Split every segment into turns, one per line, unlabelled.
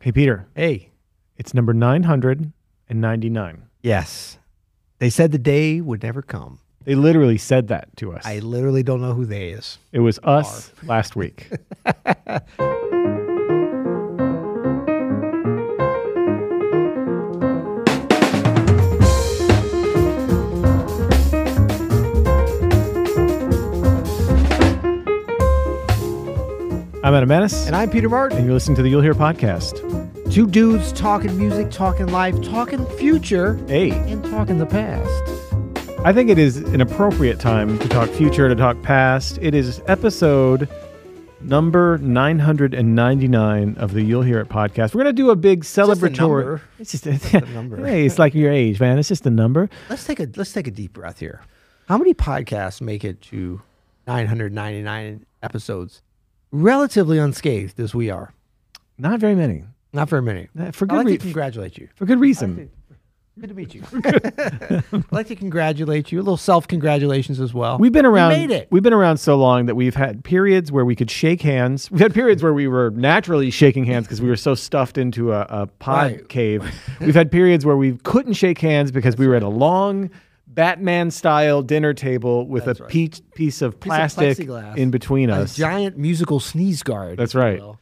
Hey, Peter,
Hey.
it's number 999.
Yes. They said the day would never come.
They literally said that to us.
I literally don't know who they is.
it was us last week. I'm Adam Menace,
And I'm Peter Martin.
and you're listening to the You'll Hear podcast.
Two dudes talking music, talking life, talking future,
Hey.
and talking the past.
I think it is an appropriate time to talk future, to talk past. It is episode number 999 of the You'll Hear It podcast. We're going to do a big
a
celebratory.
number.
It's just a, it's just
a number.
Hey, it's like your age, man. It's just a number.
Let's take a let's take a deep breath here. How many podcasts make it to 999 episodes relatively unscathed as we are?
Not very many.
Not very many.
Uh, For
I'd
good,
like to
reason.
congratulate you.
for good reason.
Good to meet you. I'd like to congratulate you. A little self congratulations as well.
We've been around.
made it.
We've been around so long that we've had periods where we could shake hands. We've had periods where we were naturally shaking hands because we were so stuffed into a, a pod
Right.
cave. We've had periods where we couldn't shake hands because we were at a long Batman-style dinner table with a peach, piece of plastic
plexiglass.
in between
a
us.
giant musical sneeze guard.
That's
if you
right.
will.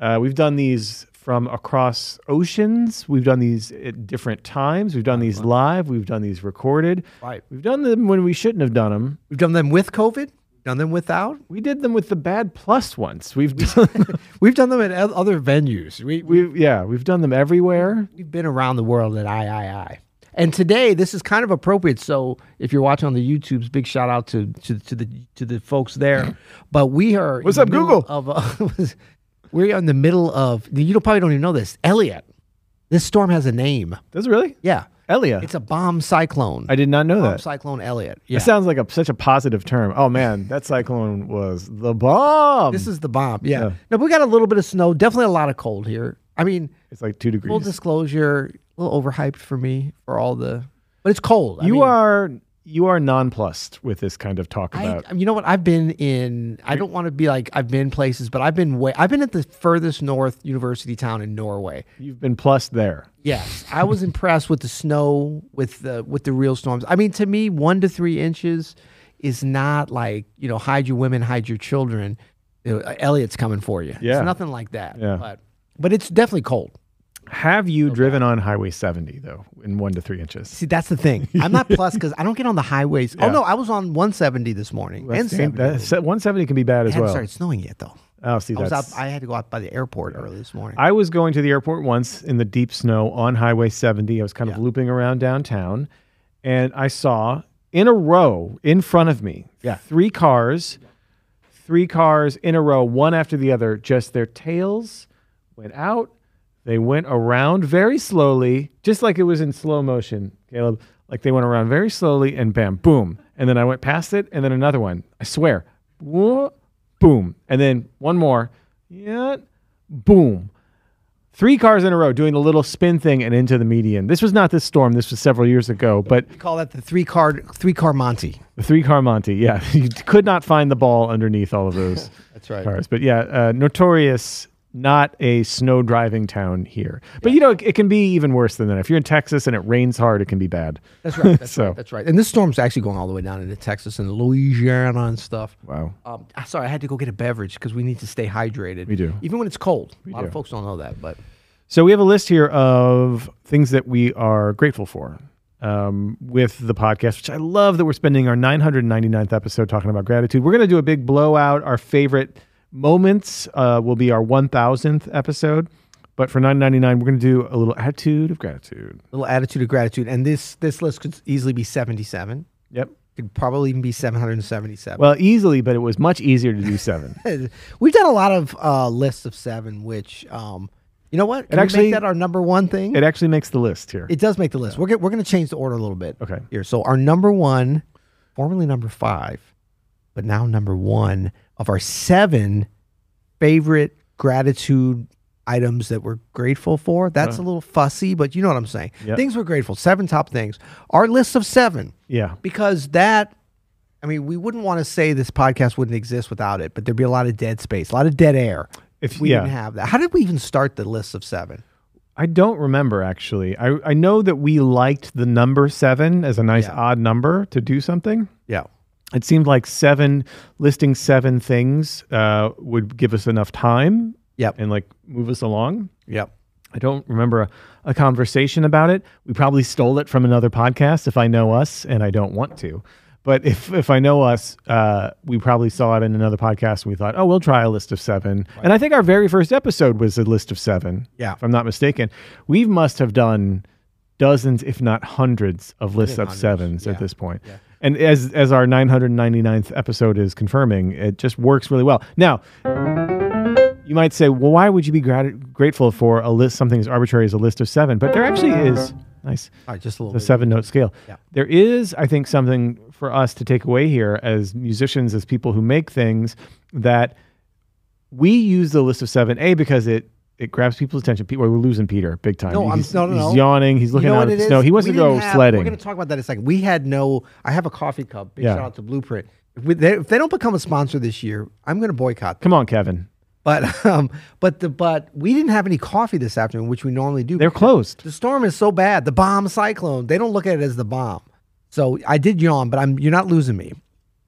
Uh, we've done these from across oceans. We've done these at different times. We've done these live. We've done these recorded.
Right.
We've done them when we shouldn't have done them.
We've done them with COVID, done them without.
We did them with the bad plus once. We've done,
We've done them at oth- other venues. We, we,
we've yeah, we've done them everywhere.
we've been around the world at III. And today, this is kind of appropriate. So, if you're watching on the YouTube's, big shout out to to, to the to the folks there. But we are in
What's
the
up,
middle
Google?
Of a, we're in the middle of you don't, probably don't even know this. Elliot, this storm has a name.
Does it really?
Yeah,
Elia.
it's a bomb cyclone.
I did not know
bomb
that.
cyclone Elliot.
That
Yeah,
sounds like a, such a positive term. Oh man, that cyclone was the bomb.
this is the bomb. Yeah.
Yeah.
No, but we got a little bit of snow. Definitely a lot of cold here. I mean,
it's like two degrees.
full disclosure, a little overhyped for me for all the, but it's cold. I
you
mean,
are you are nonplussed with this kind of talk
I,
about.
you know what? I've been in. I don't want to be like I've been places, but I've been way. I've been at the furthest north university town in Norway.
You've been plussed there.
Yes, I was impressed with the snow, with the with the real storms. I mean, to me, one to three inches is not like you know, hide your women, hide your children. You know, Elliot's coming for you.
Yeah.
it's nothing like that.
Yeah.
but but it's definitely cold.
Have you driven on Highway 70 though in one to three inches?
See, that's the thing. I'm not plus because I don't get on the highways. Oh
Yeah.
no, I was on 170 this morning and
That's-
70.
that- 170 can be bad as
it hadn't
well.
started snowing yet though.
Oh, see,
I was out.
that's.
I had to go out by the airport early this morning.
I was going to the airport once in the deep snow on Highway 70. I was kind of looping around downtown and I saw in a row in front of me
Yeah.
three cars, three cars in a row, one after the other, just their tails went out. They went around very slowly, just like it was in slow motion, Caleb. Like they went around very slowly and bam, boom. And then I went past it and then another one. I swear. Whoa, boom. And then one more. Yeah, boom. Three cars in a row doing the little spin thing and into the median. This was not this storm. This was several years ago, but
we call that the three card three car Monty.
the three car Monty. Yeah, you could not find the ball underneath all of those
That's right.
cars. But yeah, uh, notorious, not a snow driving town here. But you know, it, it can be even worse than that. If you're in Texas and it rains hard, it can be bad.
That's right. That's
So-
right. That's right. And this storm's actually going all the way down into Texas and Louisiana and stuff.
Wow.
Um, I- sorry, I had to go get a beverage because we need to stay hydrated. We
do.
even when it's cold. a lot of folks don't know that, but
So we have a list here of things that we are grateful for um, with the podcast, which I love that we're spending our 999th episode talking about gratitude. We're going to do a big blowout. Our favorite moments uh, will be our 1000th episode. But for 999, we're going to do a little attitude of gratitude.
a little attitude of gratitude. And this this list could easily be seventy seven.
Yep.
Could probably even be seven hundred and seventy seven.
Well, easily, but it was much easier to do seven.
We've done a lot of uh, lists of seven, which um, you know what? Can we
actually-
make that our number one thing.
it actually makes the list here.
It does make the list. We're get, we're going to change the order a little bit.
Okay.
Here, so our number one, formerly number five, but now number one of our seven favorite gratitude items that we're grateful for. That's a little fussy, but you know what I'm saying.
Uh-huh. Yep.
Things we're grateful. Seven top things. Our list of seven
yeah.
because that. I mean, we wouldn't want to say this podcast wouldn't exist without it, but there'd be a lot of dead space, a lot of dead air.
If
We
yeah,
didn't have that. How did we even start the list of seven?
I don't remember actually. I I know that we liked the number seven as a nice
Yeah.
odd number to do something.
Yeah.
It seemed like seven listing seven things uh, would give us enough time
Yep.
and like move us along.
Yep.
I don't remember a, a conversation about it. We probably stole it from another podcast if I know us, and I don't want to. But if, if I know us, uh, we probably saw it in another podcast and we thought, oh, we'll try a list of seven. And I think our very first episode was a list of seven,
Yeah.
if I'm not mistaken. We must have done dozens, if not hundreds, of lists of
hundreds,
sevens
yeah.
at this point.
Yeah.
And as, as our 999th episode is confirming, it just works really well. Now, you might say, well, why would you be grat- grateful for a list, something as arbitrary as a list of seven? But there actually is, nice,
All right, just a little
the
bit.
seven note scale.
Yeah.
There is, I think, something for us to take away here as musicians, as people who make things, that we use the list of seven, A, because it it grabs people's attention. People, we're losing Peter big time.
No, I'm-
he's,
no, no,
he's
no.
yawning. He's looking
you
out
know what
at
it
the
is?
snow. He wants
We
to go
didn't have-
sledding.
We're going to talk about that in a second. We had no. I have a coffee cup. Big
Yeah.
shout out to Blueprint. If, we, they, if they don't become a sponsor this year, I'm going to boycott. Them.
Come on, Kevin.
But um, but the but we didn't have any coffee this afternoon, which we normally do.
They're closed.
the storm is so bad. The bomb cyclone. They don't look at it as the bomb. So I did yawn, but I'm you're not losing me,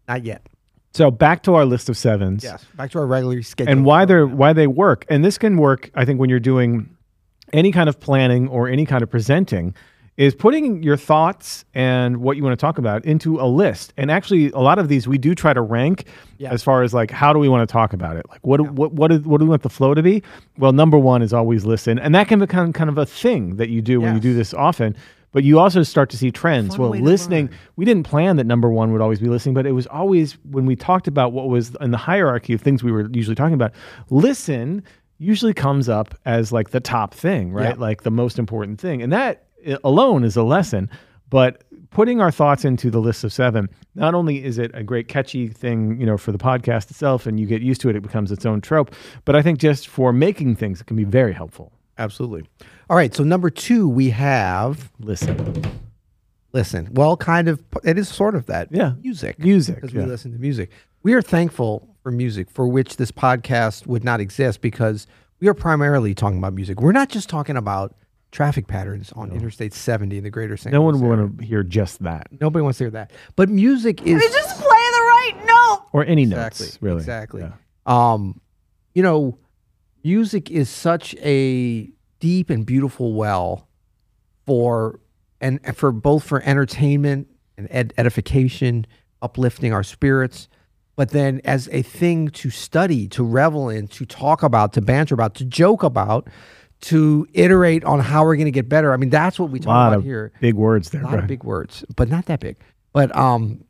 not yet.
So back to our list of sevens.
Back to our regular schedule.
and why they're why they work and this can work i think when you're doing any kind of planning or any kind of presenting is putting your thoughts and what you want to talk about into a list and actually a lot of these we do try to rank
Yeah.
as far as like how do we want to talk about it like what do what what, do- what do we want the flow to be well number one is always listen and that can become kind of a thing that you do when you
Yes.
do this often but you also start to see trends
Fun
well
way to
listening
learn.
we didn't plan that number one would always be listening, but it was always when we talked about what was in the hierarchy of things we were usually talking about. Listen usually comes up as like the top thing, right?
Yeah.
Like the most important thing. And that i- alone is a lesson. But putting our thoughts into the list of seven, not only is it a great catchy thing, you know, for the podcast itself and you get used to it, it becomes its own trope. But I think just for making things, it can be very helpful.
absolutely. All right. So number two, we have
Listen.
listen. Well, kind of. It is sort of that.
Yeah.
Music.
Music.
because
yeah.
we listen to music. We are thankful for music, for which this podcast would not exist because we are primarily talking about music. We're not just talking about traffic patterns on Interstate 70 in the greater St.
No
Louis
one
area.
will want to hear just that
Nobody wants to hear that. But music is
It's just play the right note.
or any
exactly
notes, really.
exactly.
Yeah.
Um, you know, music is such a deep and beautiful well for and and for both for entertainment and ed- edification, uplifting our spirits, but then as a thing to study, to revel in, to talk about, to banter about, to joke about, to iterate on how we're going to get better. I mean, that's what we
A lot
talk
of
about here.
big words there,
A lot
bro.
of big words, but not that big. But um,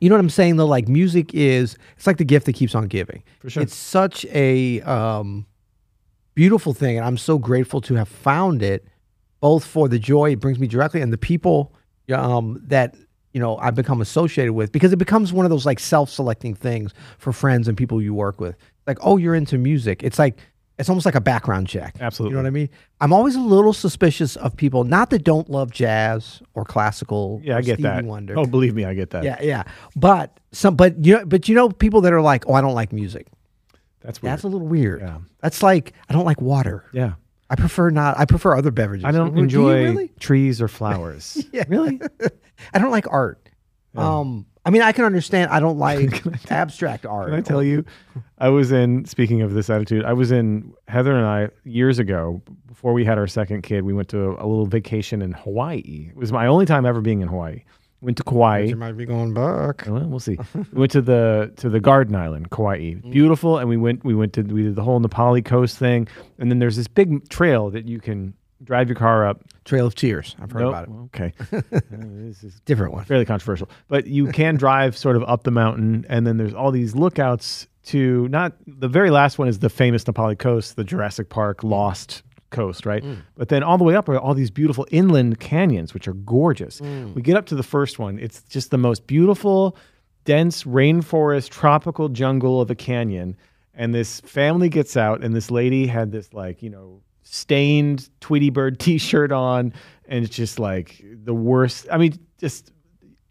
you know what I'm saying though. Like music is, it's like the gift that keeps on giving.
For sure.
It's such a um, beautiful thing, and I'm so grateful to have found it, both for the joy it brings me directly and the people um, that you know I've become associated with, because it becomes one of those like self-selecting things for friends and people you work with. Like, oh, you're into music. It's like it's almost like a background check.
Absolutely.
You know what I mean? I'm always a little suspicious of people, not that don't love jazz or classical.
Yeah,
or
I get
Stevie
that.
Wonder.
Oh, believe me, I get that.
yeah, yeah. But some, but you know, but you know, people that are like, oh, I don't like music.
that's weird.
That's a little weird.
Yeah.
That's like I don't like water.
yeah,
I prefer not. I prefer other beverages.
I don't
Do you
enjoy
really?
trees or flowers.
Yeah.
Really?
I don't like art. Um, I mean, I can understand. I don't like abstract art.
Can I tell you? I was in. Speaking of this attitude, I was in. Heather and I years ago, before we had our second kid, we went to a, little vacation in Hawaii. It was my only time ever being in Hawaii. Went to Kauai.
might be going back.
Well, we'll see. we went to the to the Garden Island, Kauai.
Mm.
Beautiful, and we went we went to we did the whole Nepali coast thing, and then there's this big trail that you can drive your car up.
Trail of Tears. I've heard
Nope,
about it.
Okay, Uh, this is
Different one.
fairly controversial. But you can drive sort of up the mountain, and then there's all these lookouts to not the very last one is the famous Nepali coast, the Jurassic Park Lost coast, right? But then all the way up are all these beautiful inland canyons, which are gorgeous. We get up to the first one, it's just the most beautiful, dense rainforest, tropical jungle of a canyon. And this family gets out, and this lady had this, like, you know, stained Tweety Bird t shirt on. And it's just like the worst. I mean, just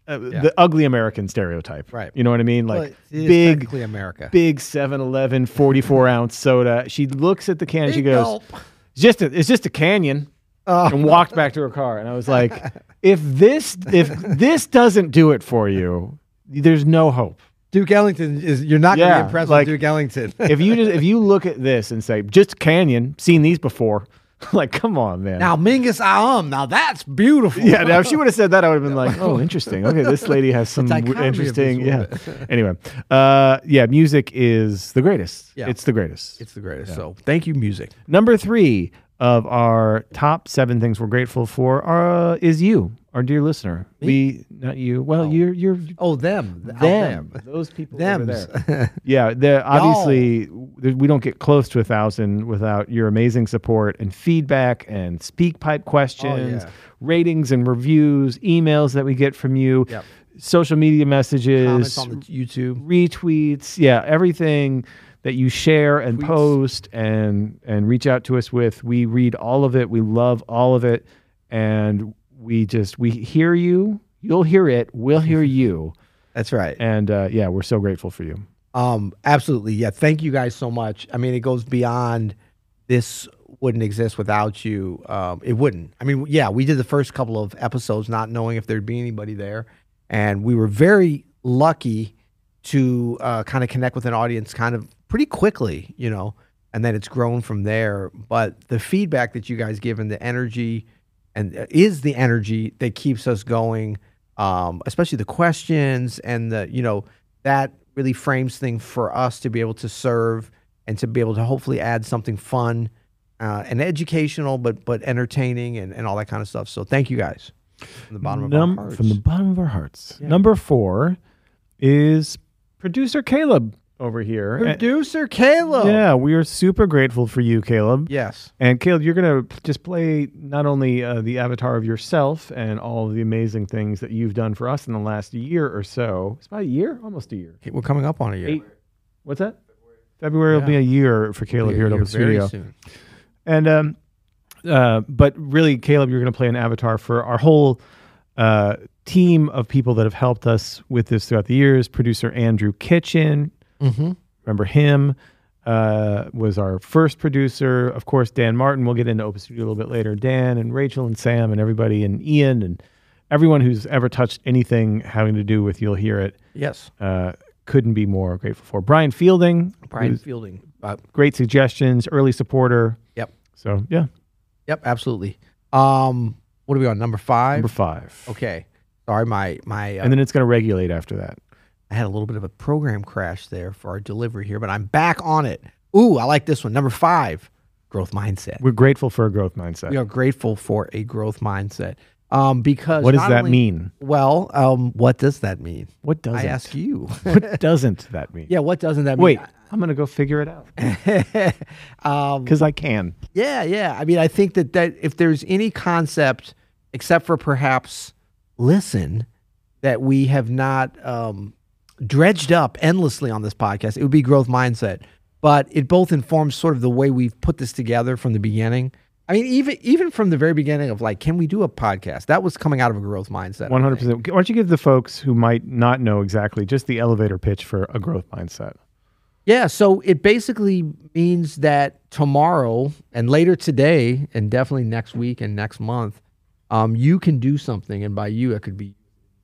uh,
Yeah.
the ugly American stereotype.
Right.
You know what I mean? Like
Well, it is
big,
technically America.
big 7-Eleven 44 ounce soda. She looks at the can and she
Big
goes,
gulp.
"It's just a, it's just a canyon."
Oh.
And walked back to her car, and I was like, "If this if this doesn't do it for you, there's no hope."
Duke Ellington is you're not gonna
Yeah,
be impressed
like-
with Duke Ellington.
If you just if you look at this and say, "Just a canyon," seen these before, like, come on, man.
now Mingus Aum, now that's beautiful.
yeah, now if she would have said that, I would have been like, "Oh, interesting. Okay, this lady has some
dichotomy of
w-
this
interesting." Yeah.
woman.
anyway, uh, yeah, music is the greatest.
Yeah.
It's the greatest.
It's the greatest. So thank you, music.
Number three of our top seven things we're grateful for are, uh, is you, our dear listener. We, not you. Well, you're you're
Oh, them. Out
them. Those people
Them.
over there. Yeah, there obviously there- we don't get close to a thousand without your amazing support and feedback and speak pipe questions,
Oh, yeah.
ratings and reviews, emails that we get from you,
Yep.
social media messages,
Comments on the YouTube.
retweets, yeah, everything that you share and post and and reach out to us with. We read all of it. We love all of it and we just we hear you. You'll hear it. We'll hear you.
That's right.
And uh, yeah, we're so grateful for you.
Um, absolutely. Yeah. Thank you guys so much. I mean, it goes beyond this wouldn't exist without you. Um, it wouldn't. I mean, yeah, we did the first couple of episodes not knowing if there'd be anybody there. And we were very lucky to uh, kind of connect with an audience kind of pretty quickly, you know, and then it's grown from there. But the feedback that you guys give and the energy and uh, is the energy that keeps us going, um, especially the questions and the, you know, that really frames things for us to be able to serve and to be able to hopefully add something fun uh, and educational, but but entertaining and, and all that kind of stuff. So thank you guys from the bottom of
Num-
our hearts.
From the bottom of our hearts. Number four is producer Caleb over here. And-
Producer Caleb.
yeah, we are super grateful for you, Caleb.
Yes.
And Caleb, you're going to just play not only uh, the avatar of yourself and all of the amazing things that you've done for us in the last year or so. It's about a year, almost a year.
Okay, We're coming up on a year.
Eight. What's that? February will be a year for Caleb here at
You're
Open
very
Studio.
soon.
And um, uh, but really, Caleb, you're going to play an avatar for our whole uh, team of people that have helped us with this throughout the years. Producer Andrew Kitchen,
Mm-hmm.
remember him? Uh, was our first producer, of course. Dan Martin. We'll get into Open Studio a little bit later. Dan and Rachel and Sam and everybody and Ian and everyone who's ever touched anything having to do with you'll hear it.
Yes.
Uh, couldn't be more grateful for Brian Fielding.
Brian
who's
Fielding. Uh,
great suggestions, early supporter.
yep.
So yeah,
Yep. Absolutely. Um, what are we on? Number five.
number five.
okay. Sorry, my my. Uh,
and then it's going to regulate after that.
I had a little bit of a program crash there for our delivery here, but I'm back on it. Ooh, I like this one. Number five, growth mindset.
We're grateful for a growth mindset.
We are grateful for a growth mindset. Um, because
what does
not
that
only-
mean?
Well, um, what does that mean?
What doesn't?
I ask you.
what doesn't that mean?
yeah, what doesn't that
Wait,
mean?
I'm going to go figure it out
Wait. um,
because I can.
Yeah, yeah. I mean, I think that, that if there's any concept, except for perhaps listen, that we have not um, dredged up endlessly on this podcast, it would be growth mindset. But it both informs sort of the way we've put this together from the beginning. I mean, even even from the very beginning of like, can we do a podcast? That was coming out of a growth mindset. I
100%. Why don't you give the folks who might not know exactly just the elevator pitch for a growth mindset?
Yeah, so it basically means that tomorrow and later today, and definitely next week and next month, um, you can do something. And by you, it could be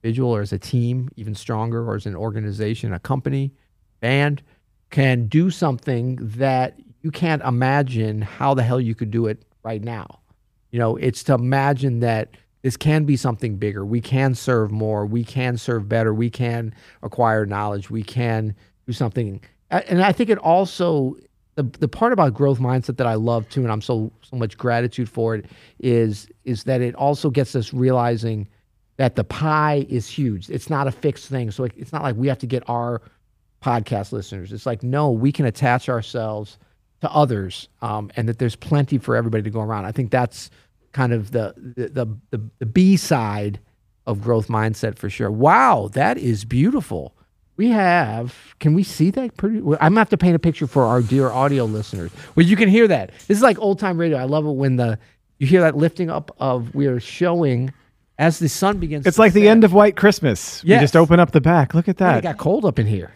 individual or as a team, even stronger, or as an organization, a company, band, can do something that you can't imagine how the hell you could do it right now. You know, it's to imagine that this can be something bigger. We can serve more. We can serve better. We can acquire knowledge. We can do something. A- And I think it also the the part about growth mindset that I love too, and I'm so so much gratitude for it is is that it also gets us realizing that the pie is huge. It's not a fixed thing. So it- it's not like we have to get our podcast listeners. It's like, no, we can attach ourselves to others um, and that there's plenty for everybody to go around. I think that's kind of the, the, the, the, the B side of growth mindset for sure. Wow, that is beautiful. We have, can we see that? Pretty, well, I'm gonna have to paint a picture for our dear audio listeners. Well, you can hear that. This is like old time radio. I love it when the, you hear that lifting up of, we are showing
as the sun begins.
It's like the end of White Christmas.
Yes.
We just open up the back. Look at
It
that.
got cold up in here,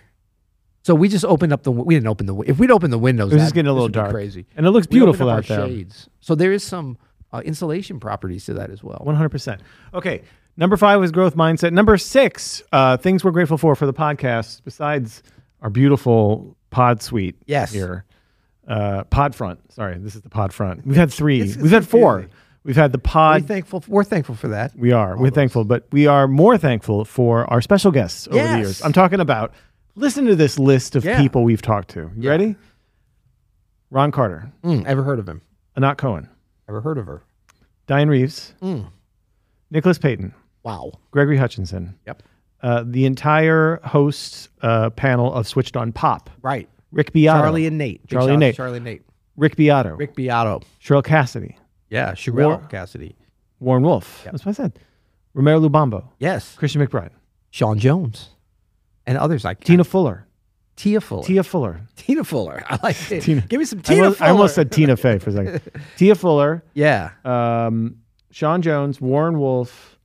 so we just opened up the. wi- We didn't open the. wi- If we'd opened the windows,
It was
that-
just getting a
this
little
would be
dark.
Crazy.
And it looks
We opened
beautiful
up
out
our
there.
Shades. So there is some uh, insulation properties to that as well.
100%. Okay. Number five was growth mindset. Number six, uh, things we're grateful for for the podcast, besides our beautiful pod suite
Yes.
here. Uh, pod front. Sorry, this is the pod front. We've had three. We've had four. We've had the
We're
pod.
thankful. We're thankful for that.
We are. We're thankful, but we are more thankful for our special guests over the
Yes.
years. I'm talking about, listen to this list of
Yeah.
people we've talked to. You ready? Ron Carter,
Mm, ever heard of him?
Anat Cohen,
Ever heard of her?
Diane Reeves, Nicholas Payton,
Mm. Wow.
Gregory Hutchinson.
Yep.
Uh, the entire host uh, panel of Switched on Pop.
Right.
Rick Beato.
Charlie and Nate. Big
Charlie and
shout out to
Nate.
Charlie and Nate.
Rick Beato.
Rick Beato.
Cheryl Cassidy.
Yeah. Sherelle
War-
Cassidy.
Warren Wolf. That's what I said. Romero Lubambo.
Yes.
Christian McBride.
Sean Jones. And others like
Tina Fuller.
Tia Fuller.
Tia Fuller.
Tina Fuller. I like it.
Tina-
Give me some
I
Tina
almost,
Fuller.
I almost said Tina Fey for a second. Tia Fuller.
yeah.
Um, Sean Jones. Warren Wolf.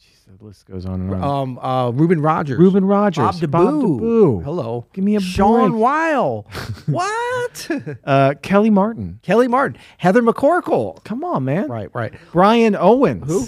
Jeez, the list goes on and on.
Um. Uh. Ruben Rogers.
Ruben Rogers.
Bob DeBoo.
DeBoo.
Hello.
Give me a
Sean
break.
Weil. what?
Uh, Kelly Martin.
Kelly Martin. Heather McCorkle.
Come on, man.
Right. Right.
Brian Owens.
Who?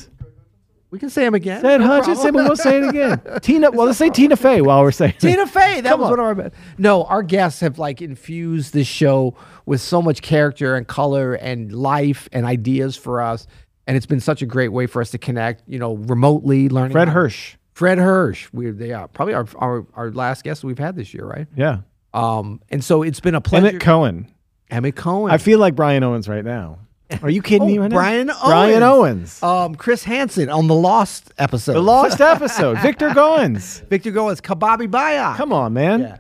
We can say him again.
Said
No
Hutchinson,
problem.
but we'll say it again. Tina. Well, let's say Tina Fey while we're saying it.
Tina Fey. That
Come
was
on.
one of our best.
No, our guests have like infused this show with so much character and color and life and ideas for us. And it's been such a great way for us to connect, you know, remotely learning.
Fred
how-
Hirsch.
Fred Hirsch. We they are probably our, our our last guest we've had this year, right?
Yeah.
Um, and so it's been a pleasure.
Emmett Cohen.
Emmett Cohen.
I feel like Brian Owens right now. Are you kidding me right
Oh, Brian
now? Brian Owens.
Um. Chris Hansen on the Lost episode.
the lost episode. Victor Goins.
Victor Goins. Kababi Baya.
Come on, man.
Yeah.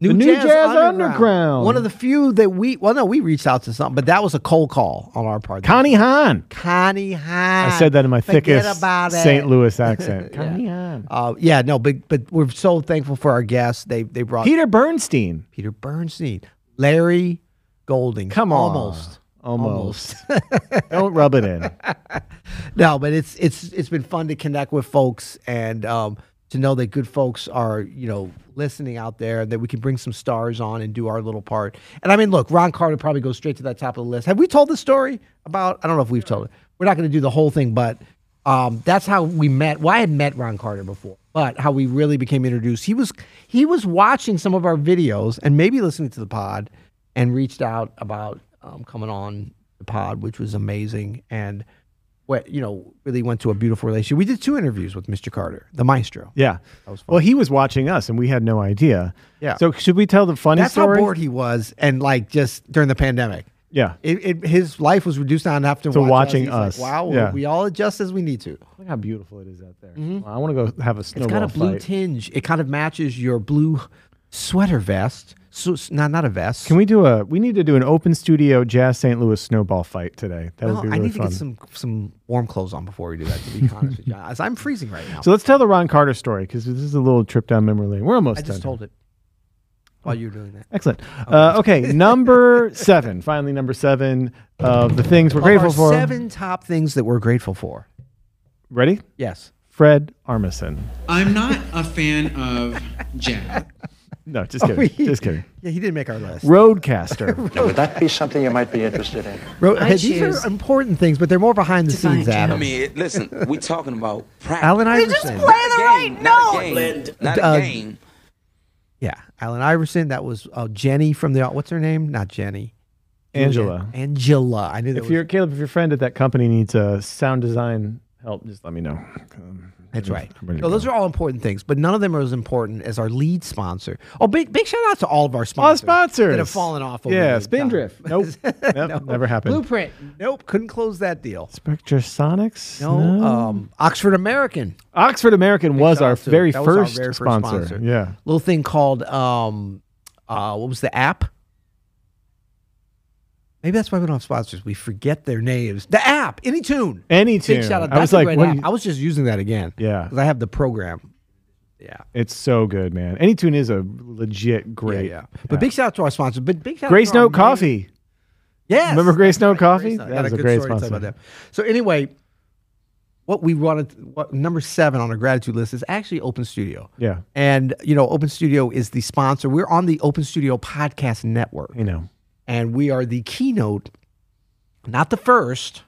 The New Jazz Underground.
One of the few that we well no, we reached out to something, but that was a cold call on our part.
Connie Hahn.
Connie Hahn.
I said that in my
Forget
thickest
about it.
St. Louis accent. Connie Hahn.
Uh, yeah, no, but but we're so thankful for our guests. They they brought
Peter Bernstein.
Peter Bernstein, Larry Golding.
Come on.
almost.
Almost. Don't rub it in.
No, but it's it's it's been fun to connect with folks and um, to know that good folks are you know listening out there that we can bring some stars on and do our little part. And I mean, look, Ron Carter probably goes straight to that top of the list. Have we told the story about? I don't know if we've told it. We're not going to do the whole thing, but um, that's how we met. Well, I had met Ron Carter before, but how we really became introduced. He was he was watching some of our videos and maybe listening to the pod, and reached out about um, coming on the pod, which was amazing. And what you know really went to a beautiful relationship. We did two interviews with Mr. Carter, the maestro.
Yeah. Well, he was watching us and we had no idea.
Yeah.
So should we tell the funny
That's
story?
how bored he was, and like just during the pandemic,
Yeah.
it, it, his life was reduced down enough to,
To
watch
watching
He's like,
us.
wow, we-
Yeah.
we all adjust as we need to.
Look how beautiful it is out there. I want to go have a snowball
Mm-hmm. It's got a blue
fight.
tinge. It kind of matches your blue sweater vest. So s- not not a vest.
Can we do a? We need to do an open studio jazz St. Louis snowball fight today. That would be
Oh, I
really
need
fun.
to get some some warm clothes on before we do that. To be honest with you, as I'm freezing right now.
so let's tell the Ron Carter story because this is a little trip down memory lane. We're almost
I
done.
just told it while you were doing that.
Excellent. Uh, okay, number seven. Finally, number seven of the things we're grateful
Of our
for.
seven top things that we're grateful for.
Ready?
Yes.
Fred Armisen.
I'm not a fan of jazz.
No, just kidding. just kidding.
Yeah, Oh, he didn't make our list.
Roadcaster.
Would that be something you might be interested in?
Ro-
I
these
choose
are important things, but they're more behind the
to find
scenes,
you.
I
Adam.
mean, it- listen, we talking about practice.
Alan
You just play
Iverson.
the right
not a
note.
game, not a
Uh,
game.
Yeah, Alan Iverson. That was uh, Jenny from the. What's her name? Not Jenny.
Angela.
Yeah, Angela. I knew that.
If
was-
you're Caleb, if your friend at that company needs uh, sound design help, just let me know.
That's right.
I'm ready to
No,
go.
those are all important things, but none of them are as important as our lead sponsor. Oh, big big shout out to all of our
All
sponsors.
sponsors
that have fallen off. Over
Yeah,
the
Spindrift.
time.
Nope. nope, never happened.
Blueprint. Nope. Couldn't close that deal.
Spectrasonics.
No. Um, Oxford American.
Oxford American was
shout
our
out to-
very
that was our
first
very first
sponsor.
sponsor.
Yeah.
Little thing called um, uh, what was the app? Maybe that's why we don't have sponsors. We forget their names. The app, any tune.
Any tune.
Big shout out.
I was
That's a
like,
great
what
app.
do you-
I was just using that again.
yeah,
Because I have the program. Yeah.
it's so good, man. Any tune is a legit great.
Yeah, yeah. But big shout out to our sponsors. But big shout out
Grace
to our
Note
main-
Coffee.
Yes.
Remember Grace Note Coffee?
Grace Note.
That
Got
was
a
a
good
great
story to tell
sponsor.
about them. So anyway, what we wanted, what, number seven on our gratitude list is actually Open Studio.
Yeah.
And, you know, Open Studio is the sponsor. We're on the Open Studio Podcast Network,
You know.
and we are the keynote, not the first,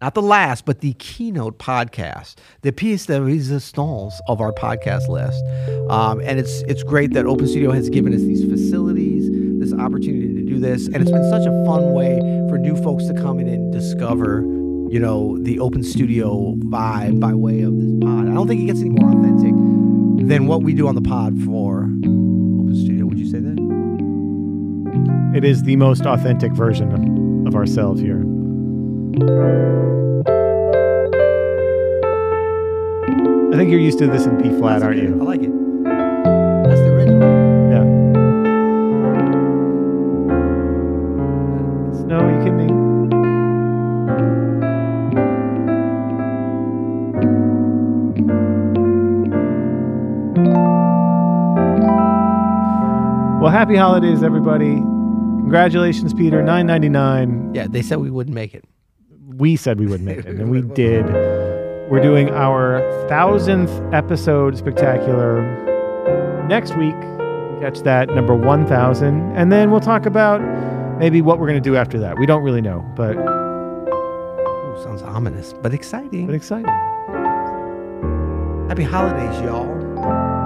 not the last, but the keynote podcast, the piece de resistance of our podcast list. Um, and it's it's great that Open Studio has given us these facilities, this opportunity to do this, and it's been such a fun way for new folks to come in and discover, you know, the Open Studio vibe by way of this pod. I don't think it gets any more authentic than what we do on the pod for Open Studio. Would you say that?
It is the most authentic version of ourselves here. I think you're used to this in B flat, aren't
I
you?
like it. That's the original.
Yeah. No, you kidding me? Well, happy holidays, everybody. Congratulations, Peter. 999
Yeah, they said we wouldn't make it.
we said we would make it, and we did. We're doing our thousandth episode spectacular next week. Catch that number one thousand, and then we'll talk about maybe what we're going to do after that. We don't really know, but
Ooh, sounds ominous, but exciting.
but exciting.
Happy holidays, y'all.